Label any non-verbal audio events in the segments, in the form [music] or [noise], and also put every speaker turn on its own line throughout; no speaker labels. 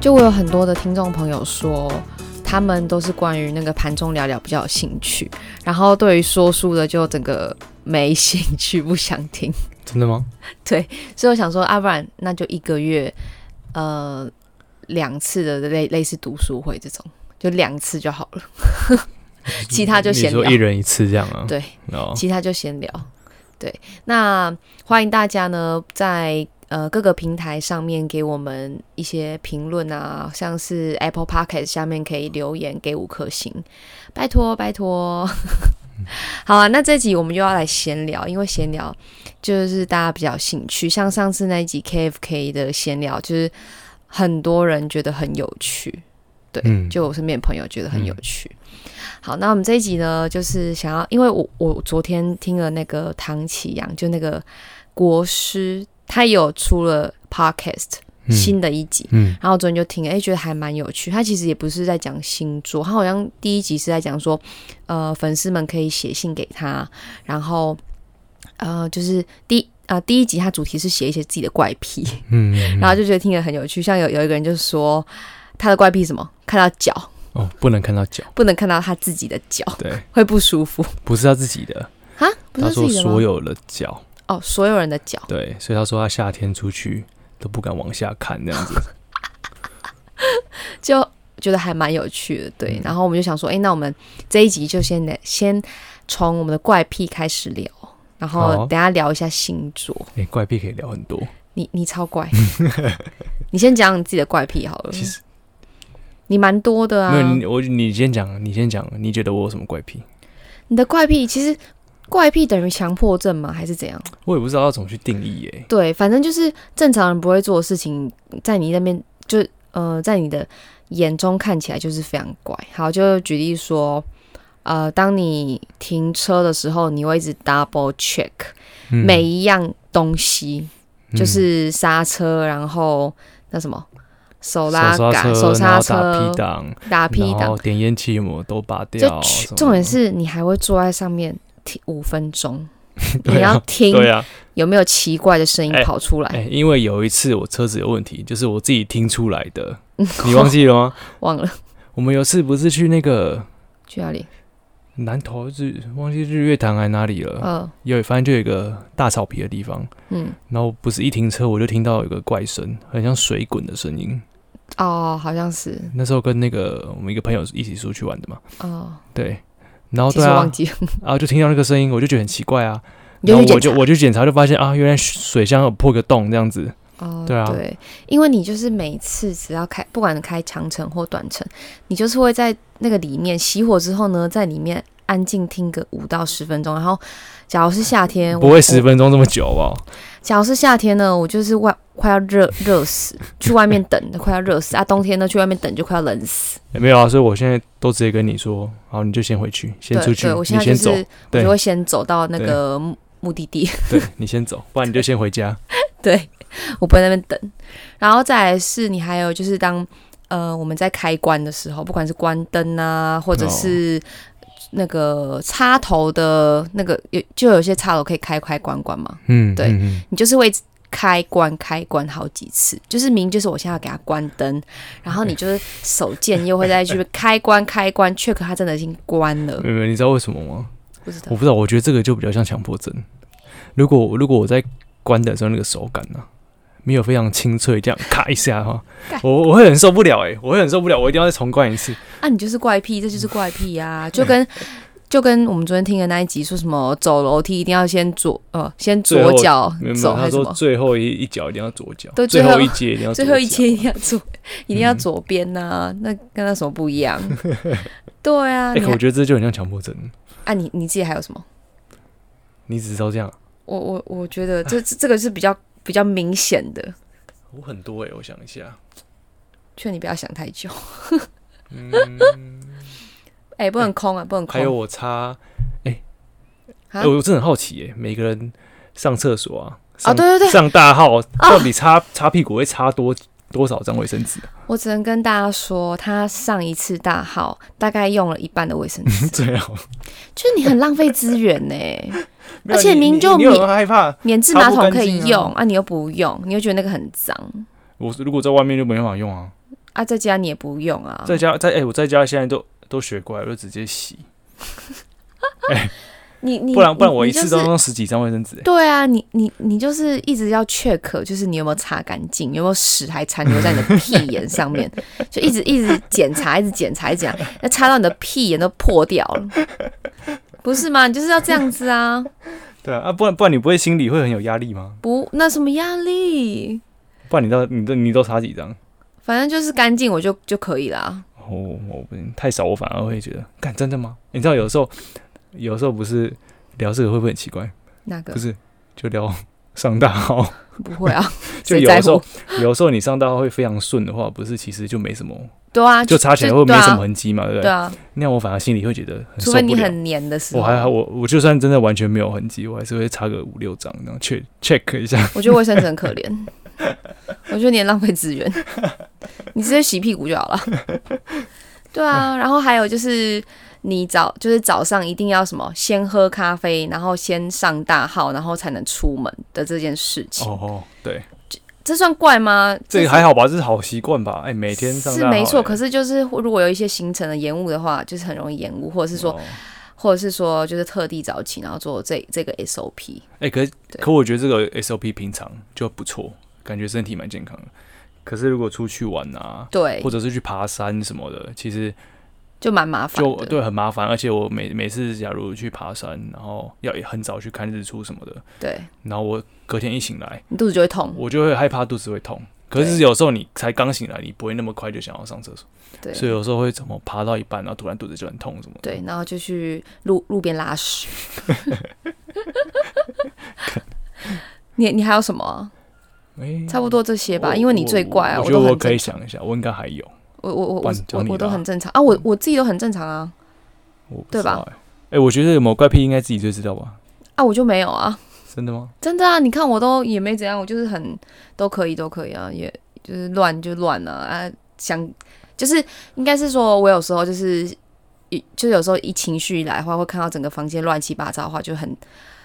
就我有很多的听众朋友说，他们都是关于那个盘中聊聊比较有兴趣，然后对于说书的就整个没兴趣，不想听。 [laughs]
真的吗？
所以我想说，啊，不然那就一个月，呃，两次的类类似读书会这种，就两次就好了。其他就闲
你
聊
说一人一次这样啊？
对，
哦，
其他就闲聊。对，那欢迎大家呢，在呃各个平台上面给我们一些评论啊，像是 Apple p o c k e t 下面可以留言给五颗星，拜托拜托。 [laughs] 好啊，那这集我们又要来闲聊，因为闲聊就是大家比较有兴趣，像上次那一集 KFK 的闲聊，就是很多人觉得很有趣。
嗯，
就我身边的朋友觉得很有趣。好，那我们这一集呢，就是想要，因为我我昨天听了那个唐启阳，就那个国师，他有出了 podcast
嗯
新的一集，
嗯
然后我昨天就听了，哎、觉得还蛮有趣。他其实也不是在讲星座，他好像第一集是在讲说，呃，粉丝们可以写信给他，然后呃，就是第呃第一集他主题是写一些自己的怪癖，
嗯，嗯
然后就觉得听得很有趣。像有有一个人就说他的怪癖是什么，看到脚。
哦，不能看到脚，
不能看到他自己的脚， [laughs]
对，
会不舒服
不是他自己的，
啊？不
[laughs] 他
是自
说
己的
所
吗？
有的脚，
哦，所有人的脚，
对，所以他说他夏天出去都不敢往下看这样
[laughs]
子，
就觉得还蛮有趣的。
嗯
对，然后我们就想说，哎、那我们这一集就先来先从我们的怪癖开始聊，然
好
后等一下聊一下星座。
哎，怪癖可以聊很多，
你你超怪， [laughs] 你先讲你自己的怪癖好了。
其实
你蛮多的啊
没，有你，我你先讲，你先讲，你觉得我有什么怪癖？
你的怪癖其实怪癖等于强迫症吗？还是怎样？
我也不知道要怎么去定义耶。
对，反正就是正常人不会做的事情，在你那边就呃，在你的眼中看起来就是非常怪。好，就举例说，呃，当你停车的时候，你会一直 double check
嗯
每一样东西，
嗯
就是刹车，然后那什么手
嗯手
拉
车
杆、手刹
然后
车
打 P、档，
打 P
然后
档，
点烟器有没有都拔
就
掉，
去
什么
重点是你还会坐在上面停五分钟，
[laughs] 对啊
你要听
对啊，
有没有奇怪的声音
哎
跑出来。
哎，因为有一次我车子有问题，就是我自己听出来
[laughs]
的，你忘记了吗？
忘了
我们有次不是去那个
去哪里？
南投日，忘记日月潭还哪里了，
呃，
有反正就有一个大草皮的地方，
嗯，
然后不是一停车我就听到有个怪声，很像水滚的声音。
哦，好像是
那时候跟那个我们一个朋友一起出去玩的嘛，
哦，
对，然后
其
对
实我
啊
忘，记了，
然后就听到那个声音，我就觉得很奇怪啊，
你
然后
去
我
检
就
查
我就检查就发现啊，原来水箱有破个洞这样子，
哦，
对啊
因为你就是每次只要开，不管开长程或短程，你就是会在那个里面熄火之后呢，在里面安静听个五到十分钟，然后假如是夏天，
不
哎我
会十。分钟这么久哦。
我假如是夏天呢，我就是外快要热热死，去外面等快要热死啊；冬天呢，去外面等就快要冷死。
也没有啊，所以我现在都直接跟你说，好，你就先回去，先
对
出去，
对，我现在
你
就
先走
是，我
对
就会先走到那个目目的地。
对你先走，不然你就先回家。
[laughs] 对，我不会在那边等。然后再来是你还有就是当呃我们在开关的时候，不管是关灯啊，或者
哦
是那个插头的那个有就有些插头可以开开关关嘛，
嗯，
对
嗯，
你就是会。开关开关好几次，就是明明就是我现在要给它关灯，然后你就是手贱又会再去开关开关 check 它真的已经关了
嗯，没有，你知道为什么吗？
不知道
我不知道，我觉得这个就比较像强迫症。如果如果我在关的时候那个手感呢、没有非常清脆，这样咔一下哈
干，
我我会很受不了哎、我会很受不了，我一定要再重关一次。
啊，你就是怪癖，这就是怪癖
嗯
啊，就跟就跟我们昨天听的那一集说什么走楼梯一定要先左呃先
最
左
后
脚
没有没有，
走还
他
是什
说
么，
最后一一脚一定要左脚，
对
最
最后
一阶一定要左
最
脚
后一切一定要左，
嗯
一定要左边呐、那跟那什么不一
[laughs]
样？对啊，
哎、
你
可
还
我觉得这就很像强迫症，
啊你你自己还有什么？
你只知道这样。
我我我觉得这这这个是比较比较明显的，
我很多哎、我想一下，
劝你不要想太久。
嗯。 [laughs]
哎、不能空啊，不能
还有
空。
我擦，哎、
啊哦
哎我真的很好奇、哎，每个人上厕所啊，上
对对哦对
上大号到底擦、擦屁股会擦多多少张卫生纸、啊？，
我只能跟大家说，他上一次大号大概用了一半的卫生纸
[laughs] 最好，
就是你很浪费资源呢、
没有
[laughs] 而且
你
您
你
就
你有
免
很害怕，
免治马桶可
擦不干
以
净
用
啊
啊，你又不用，你又觉得那个很脏
我如果在外面就没办法用啊，
啊，在家你也不用啊。
在家在哎、我在家现在都都学乖了，就直接洗，
你你
不然不然
你
我一
你就
次都
是
用十几张卫生纸、哎
对啊，你你你就是一直要 check，就是你有没有擦干净，有没有屎还残留在你的屁眼上面，就一直一直检查，一直检查，一直检查，那擦到你的屁眼都破掉了，不是吗？你就是要这样子啊，
对啊，啊不然不然你不会心里会很有压力吗？
不，那什么压力？
不然你到你都你都擦几张？
反正就是干净我就就可以啦。
哦，我不行，太少，我反而会觉得，干真的吗？你知道有时候，有时候不是聊这个会不会很奇怪？
那个
不是，就聊上大号，
不会啊，
[laughs] 就
谁
有
在
的时
乎
候？，有时候你上大号会非常顺的话，不是其实就没什么，
对啊，
就擦起来会没
对啊
什么痕迹嘛，对不
对
对？
啊，
那样我反而心里会觉得很
除
受
非你
不了。
很啊黏的时候。
我还好，我我就算真的完全没有痕迹，我还是会擦个五六张，
[laughs]
然后 check check 一下。
我觉得卫生纸很可怜，我觉得你很浪费资源，你直接洗屁股就好了。对啊，然后还有就是你早就是早上一定要什么，先喝咖啡，然后先上大号，然后才能出门的这件事情，
哦哦，对，
这算怪吗？
这个
是
还好吧，这是好习惯吧？哎，每天上
是
大
没
号
错，
哎
可是就是如果有一些行程的延误的话，就是很容易延误，或者是说，
哦
或者是说就是特地早起，然后做这这个 SOP。
哎、可是
对
可我觉得这个 SOP 平常就不错，感觉身体蛮健康的。可是如果出去玩啊，
对
或，者是去爬山什么的，其实
就蛮麻烦
就
的。
对很麻烦。而且我每每次假如去爬山，然后要很早去看日出什么的，
对，
然后我隔天一醒来，
你肚子就会痛。
我就会害怕肚子会痛。可是
对
有时候你才刚醒来，你不会那么快就想要上厕所，
对，
所以有时候会怎么爬到一半，然后突然肚子就很痛什么的。
对，然后就去路路边拉屎。 [laughs] 你你还有什么啊、
对
差不多这些吧，因为你最怪啊，
我
我
觉得
都
我
很
可以
正常，
想一下，我应该还有，
我我我
不
我
然
我
讲你
我
的
都
啊
很正常啊，我我自己都很正常啊，
我不
对
知
吧
道欸？哎、我觉得有没有怪癖应该自己最知道吧？
啊我就没有啊，
真的吗？
真的啊，你看我都也没怎样，我就是很都可以都可以啊，也就是乱就乱了啊想就是应该是说我有时候就是。一就是有时候一情绪一来的话，会看到整个房间乱七八糟的话，就很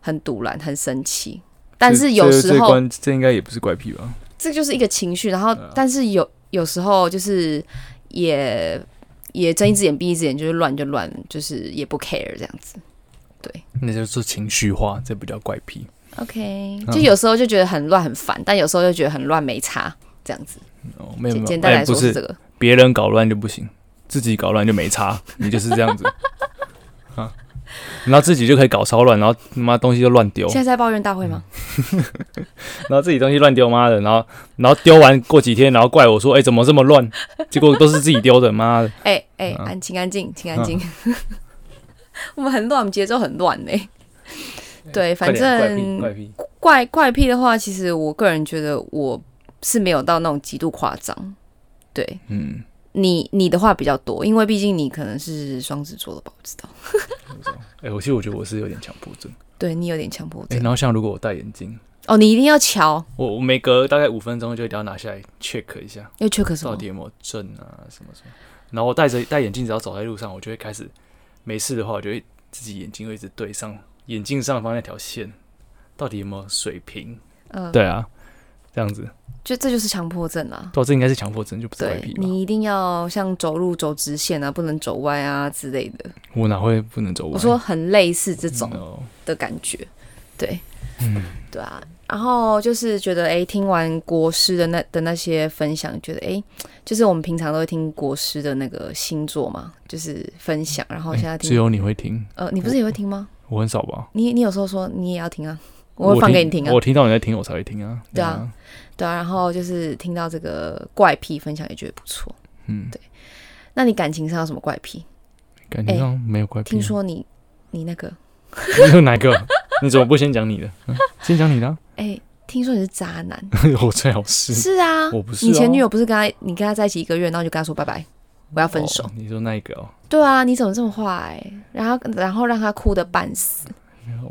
很堵然，很生气。但
这
是有
这
时
这
候嗯
关这应该也不是怪癖吧？
这就是一个情绪，然后
对啊
但是有有时候就是也也睁一只眼闭一只眼，就是乱就乱，就是也不 care 这样子。
那就是情绪化，这不叫怪癖。
OK，
嗯
就有时候就觉得很乱很烦，但有时候又觉得很乱没差这样子。
哦，没有
简
没有，
简单
哎
来说
不
是
是
这个。
别人搞乱就不行，自己搞乱就没差，你就是这 [laughs] 样子啊。然后自己就可以搞超乱，然后妈东西就乱丢
现，在在抱怨大会吗？
嗯然后自己东西乱丢，妈的，然后然后丢完过几天，然后怪我说，哎、怎么这么乱？ [laughs] 结果都是自己丢的，妈的，
哎哎、
嗯
安请安静，请安静。 [laughs] 我们很乱，我们节奏很乱呢、对，哎反
哎快点
正
怪癖怪癖，
怪怪癖的话，其实我个人觉得我是没有到那种极度夸张。对，
嗯，
你你的话比较多，因为毕竟你可能是双子座的吧，我不知道。
哎、我其实我觉得我是有点强迫症，
对你有点强迫
哎、
症、
然后像如果我戴眼镜，
哦，你一定要瞧，
我我每隔大概五分钟就一定要拿下来 check 一下，
要 check 什
到
么
底？有没有证啊，什么什么。然后我戴着戴眼镜，只要走在路上，我就会开始没事的话，我就会自己眼睛会一直对上眼镜上方那条线，到底有没有水平？
嗯、
对啊，这样子，
就这就是强迫症啦。
对、啊，这应该是强迫症，就不是怪
对
癖吧？
你一定要像走路走直线啊，不能走歪啊之类的。
我哪会不能走
我
我
说很类似这种，
哦，
的感觉，对，对啊。然后就是觉得，哎、听完国师的那的那些分享，觉得，哎、就是我们平常都会听国师的那个星座嘛，就是分享。然后现在
哎嗯只
听，
有你会听，
呃，你不是也会听吗？
我很少吧？
你你有时候说你也要听啊，我会放给你听啊
我，听到你在听，我才会听啊。
对啊，对啊。然后就是听到这个怪癖分享也觉得不错。
嗯，
那你感情上有什么怪癖？
感情上没有怪癖
听
啊。
说你你那个，
[laughs] 你有哪个？ [laughs] 你怎么不先讲你的？ [laughs] 嗯先讲你的啊， [laughs]
哎、听说你是渣男，
我最好是
是啊，
我不是
你前
啊
女友不是跟他你跟他在一起一个月，然后就跟他说拜拜，我要分手。
哦你说那一个哦，
对啊，你怎么这么坏？欸然后然后让他哭的半死。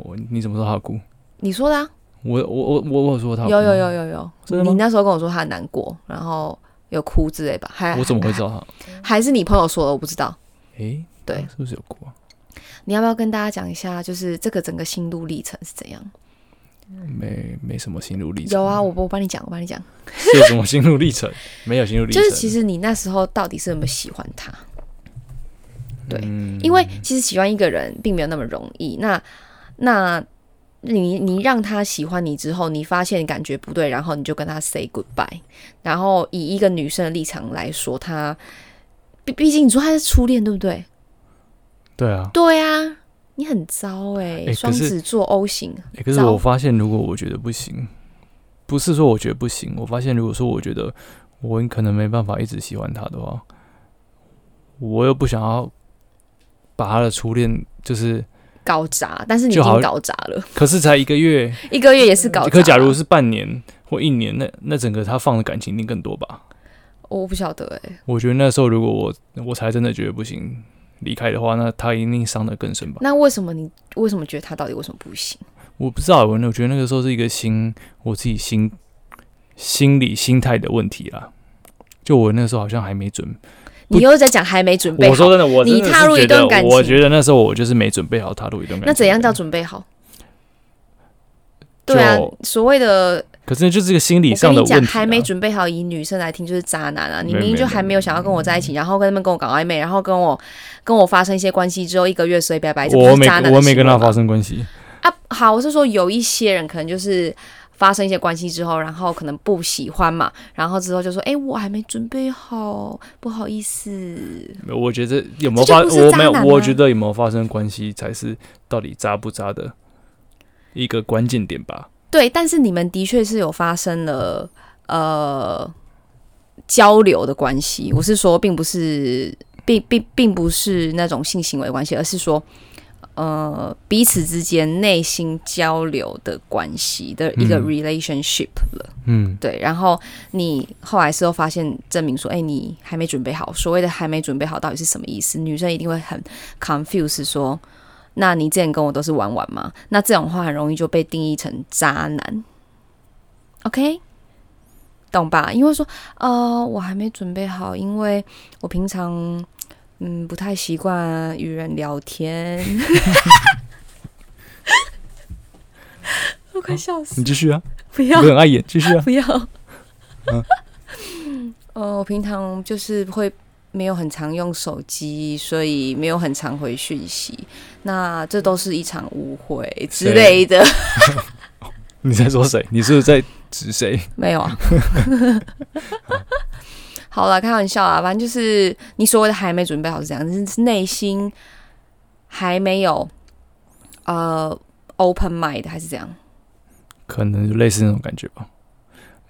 我你怎么说他有哭？
你说的、啊，
我我我我我有说他
有
哭吗
有有有有，
真的吗
你那时候跟我说他很难过，然后有哭之类吧？还
我怎么会知
道？
道
[laughs]
他？
还是你朋友说的？我不知道。
诶，
对
他是不是有哭啊？
你要不要跟大家讲一下，就是这个整个心路历程是怎样？
没没什么心路历程。
有啊，我我帮你讲，我帮你讲，
是有什么心路历程？ [laughs] 没有心路历
就
程。
是其实你那时候到底是有没有喜欢他？对
嗯
因为其实喜欢一个人并没有那么容易。那那你你让他喜欢你之后，你发现感觉不对，然后你就跟他 say goodbye。然后以一个女生的立场来说，她毕毕竟你说她是初恋，对不对？
对啊，
对啊，你很糟哎、
哎可是
双子座 O 型，
欸可是
糟
我发现，如果我觉得不行，不是说我觉得不行，我发现如果说我觉得我可能没办法一直喜欢他的话，我又不想要把他的初恋，就是
搞砸，但是你已
就好
经搞砸了，
可是才一个月，
一个月也是搞砸了。
可假如是半年或一年，那那整个他放的感情一定更多吧？
我不晓得哎、
我觉得那时候如果我我才真的觉得不行离开的话，那他一定伤得更深吧。
那为什么你为什么觉得他到底为什么不行？
我不知道，我我觉得那个时候是一个心，我自己心心理心态的问题啦。就我那时候好像还没准，不
你又在讲还没准备
我说
好，
真的，我
你
真的是
踏入一
觉得
段感情
我觉得那时候我就是没准备好踏入一段感情。
那怎样叫？准备好？
就
对啊，所谓的
可是就是这个心理
我跟
上的
你
问题啊、
讲，还没准备好，以女生来听就是渣男啊！你
没
明明
没
就还
没
没有想要跟我在一起，然后跟他们跟我搞暧昧，然后跟我跟我发生一些关系之后，一个月所以拜拜，这不
我
是
没
渣男的
我没
行
跟他
为吗
发生关系，
啊。好，我是说有一些人可能就是发生一些关系之后，然后可能不喜欢嘛，然后之后就说：“哎、我还没准备好，不好意思。
我觉得有没有
这
发
就不是
我没有
渣，男啊
我觉得有没有发生关系才是到底渣不渣的一个关键点吧。”
对，但是你们的确是有发生了呃交流的关系。我是说，并不是并并并不是那种性行为关系，而是说呃彼此之间内心交流的关系的一个
嗯
relationship 了。
嗯，
对，然后你后来事后发现证明说，哎，你还没准备好。所谓的还没准备好到底是什么意思？女生一定会很 confuse 说。那你之前跟我都是玩玩吗？那这种话很容易就被定义成渣男，OK，懂吧？因为说，呃，我还没准备好，因为我平常嗯不太习惯与人聊天， [laughs] 我快笑死，
你
[laughs]
继续啊，
不
我
要
很碍眼，继续
[laughs]
啊。
不要。
嗯
[laughs] 呃，我平常就是会没有很常用手机，所以没有很常回讯息。那这都是一场误会之
谁
类的，
[laughs]
[laughs]
你在说谁？你是不是在指谁？
没有啊。 [laughs] 好了，开玩笑啊，反正就是你所谓的还没准备好是这样，就是内心还没有呃 open mind 还是这样。
可能就类似那种感觉吧。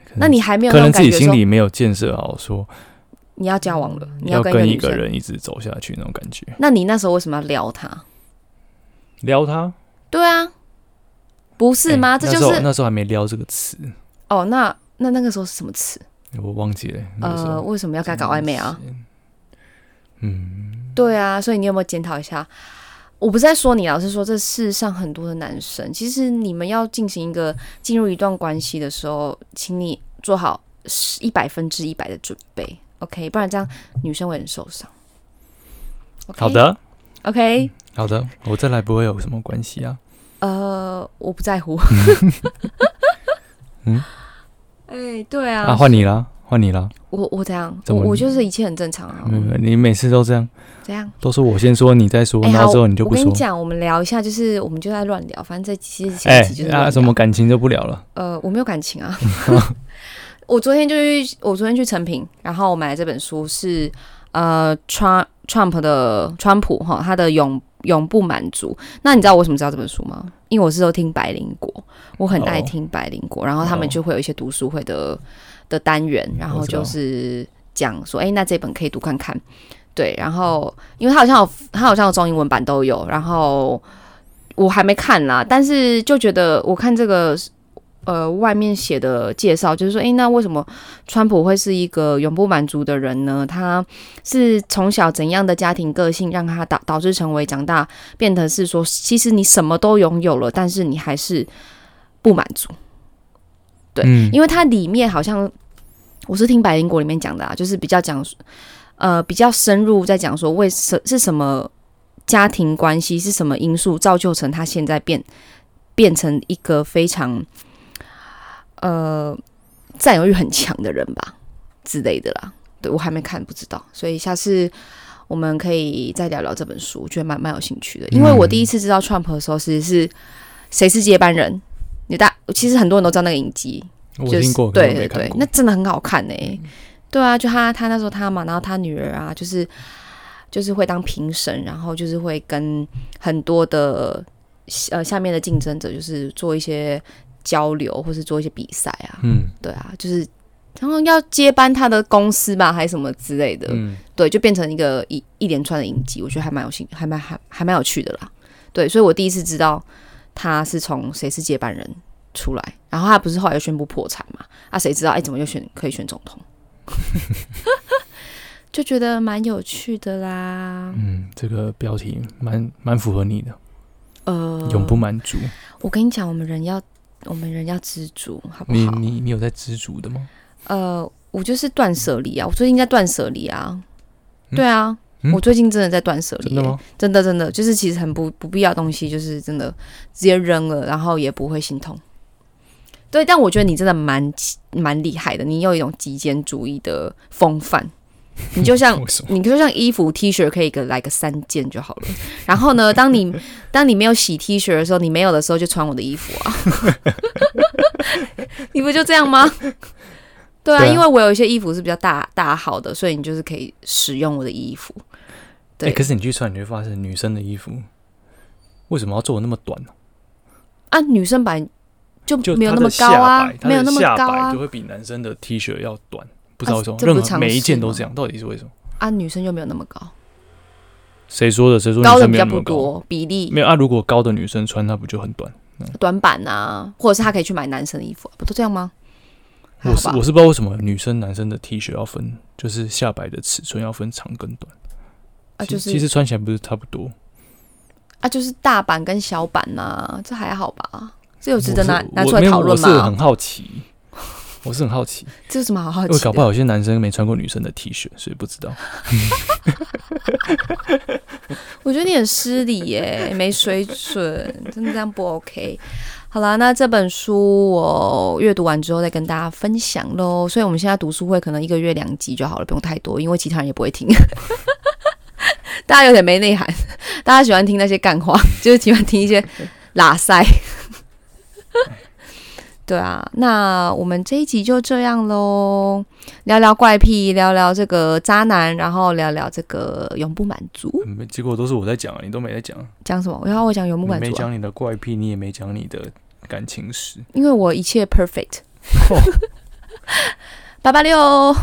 可能
那你还没有
可
那种
能自
感
己
觉
心
说
里没有建设好，说
你要交往了，你
要
跟一个
跟一
女
个
生，
人一直走下去那种感觉。
那你那时候为什么要撩他？
撩他
对啊，不是吗？
哎
这
那
就
时候
是
那时候还没撩这个词，
哦，那那那个时候是什么词？
我忘记了。那个时
呃，
候
为什么要跟他搞暧昧啊？？
嗯，
对啊，所以你有没有检讨一下？我不是在说你啊，老是说这世上很多的男生，其实你们要进行一个进入一段关系的时候，请你做好一百分之一百的准备，OK？不然这样女生会很受伤。OK？
好的
，OK，
好的，我再来不会有什么关系啊。
呃，我不在乎。
嗯，
[laughs] 哎、对啊，
啊，换你啦，换你啦。
我我怎样？
怎
我
么嗯
我就是一切很正常啊。
没有没有你每次都这样，
怎样？
都是我先说，你再说，
哎
然
好
后之后你就不
我
说
跟你。讲，我们聊一下，就是我们就在乱聊，反正这其实
哎
前期就是，乱聊、
啊，什么感情就不聊了。
呃，我没有感情
[laughs]
啊。我昨天就去，我昨天去成品，然后我买了这本书是呃，Trump Trump 的川普哈，他的永永不满足。那你知道我为什么知道这本书吗？因为我是都听百灵果，我很爱
哦
听百灵果，然后他们
哦
就会有一些读书会的的单元，然后
嗯我知道
就是讲说，哎、那这本可以读看看。对，然后因为它好像有它好像有中英文版都有，然后我还没看啦，但是就觉得我看这个呃外面写的介绍，就是说，诶，那为什么川普会是一个永不满足的人呢？他是从小怎样的家庭个性让他导导致成为长大变得是说，其实你什么都拥有了，但是你还是不满足。对
嗯，
因为它里面好像我是听百灵果里面讲的啊，就是比较讲呃比较深入在讲说为什是什么家庭关系是什么因素造就成他现在变变成一个非常呃占有欲很强的人吧之类的啦。对我还没看，不知道，所以下次我们可以再聊聊这本书，我觉得蛮蛮有兴趣的。因为我第一次知道 Trump 的时候，其实是谁是接班人？你大其实很多人都知道那个影集，
我
就是
听过，可
对
是我没
对
看
对，
过嗯
那。真的很好看呢、对啊，就他他那时候他嘛，然后他女儿啊，就是就是会当评审，然后就是会跟很多的呃下面的竞争者就是做一些交流，或是做一些比赛啊，
嗯
对啊，就是然后要接班他的公司吧，还是什么之类的，
嗯，
对，就变成一个一一连串的影集，我觉得还蛮有兴，还蛮还还蛮有趣的啦。对，所以我第一次知道他是从谁是接班人出来，然后他不是后来又宣布破产嘛？啊，谁知道哎、怎么又选可以选总统？ [laughs] 就觉得蛮有趣的啦。
嗯，这个标题蛮蛮符合你的，
呃，
嗯永不满足。
我跟你讲，我们人要我们人要知足，好不
你
好？
你你有在知足的吗？
呃，我就是断舍离啊，我最近在断舍离啊。
嗯
对啊，
嗯
我最近真的在断舍离、
真的吗？
真的真的，就是其实很不不必要的东西，就是真的直接扔了，然后也不会心痛。对，但我觉得你真的蛮蛮厉害的，你有一种极简主义的风范。你就像
[laughs] 为什么？
你就像衣服 T 恤可以给来个三件就好了。然后呢，当你 [laughs] 当你没有洗 T 恤的时候，你没有的时候就穿我的衣服啊。 [laughs] 你不就这样吗？对啊，
对啊
因为我有一些衣服是比较大大号的，所以你就是可以使用我的衣服。对，
哎，可是你去穿，你会发现女生的衣服为什么要做的那么短呢？
啊，女生版就
就
没有
她
那
的
么高
下
啊
摆，她
没有
的
那么
下
高
摆
啊
就会比男生的 T 恤要短，不知道为什么，
这不是
任何
常
每一件
识
都
吗
这样，到底是为什么？
啊，女生就没有那么高，
谁说的？谁说
高
女
的比
生没
较
有那
不
么高？
多，比例
没有啊，如果高的女生穿，那不就很短？
短版啊，或者是她可以去买男生的衣服，啊不都这样吗？还
我
好
是
吧
我是不知道为什么女生男生的 T 恤要分，就是下摆的尺寸要分长跟短
啊，
其
就是
其实穿起来不是差不多。
啊，就是大版跟小版呐、这还好吧？这有值得拿拿
我是我
出来
没有
讨论
我是很
吗？
好奇， [laughs] 我是很好奇，
这有什么 [laughs] 好好
因为
奇
搞不
的？
好有些男生没穿过女生的 T 恤，所以不知道。 [laughs]
我觉得你很失礼耶、 [laughs] 没水准，真的这样不 OK。好啦，那这本书我阅读完之后再跟大家分享喽。所以我们现在读书会可能一个月两集就好了，不用太多，因为其他人也不会听。 [laughs] 大家有点没内涵，大家喜欢听那些干话， [laughs] 就是喜欢听一些拉塞。 [laughs] 对啊，那我们这一集就这样喽，聊聊怪癖，聊聊这个渣男，然后聊聊这个永不满足。
没嗯结果都是我在讲，你都没在讲，啊
讲什么？我要我讲永不
你
满
没
足、啊，
讲你的怪癖，你也没讲你的
[laughs]
感情史。
因为我一切 perfect。八八六。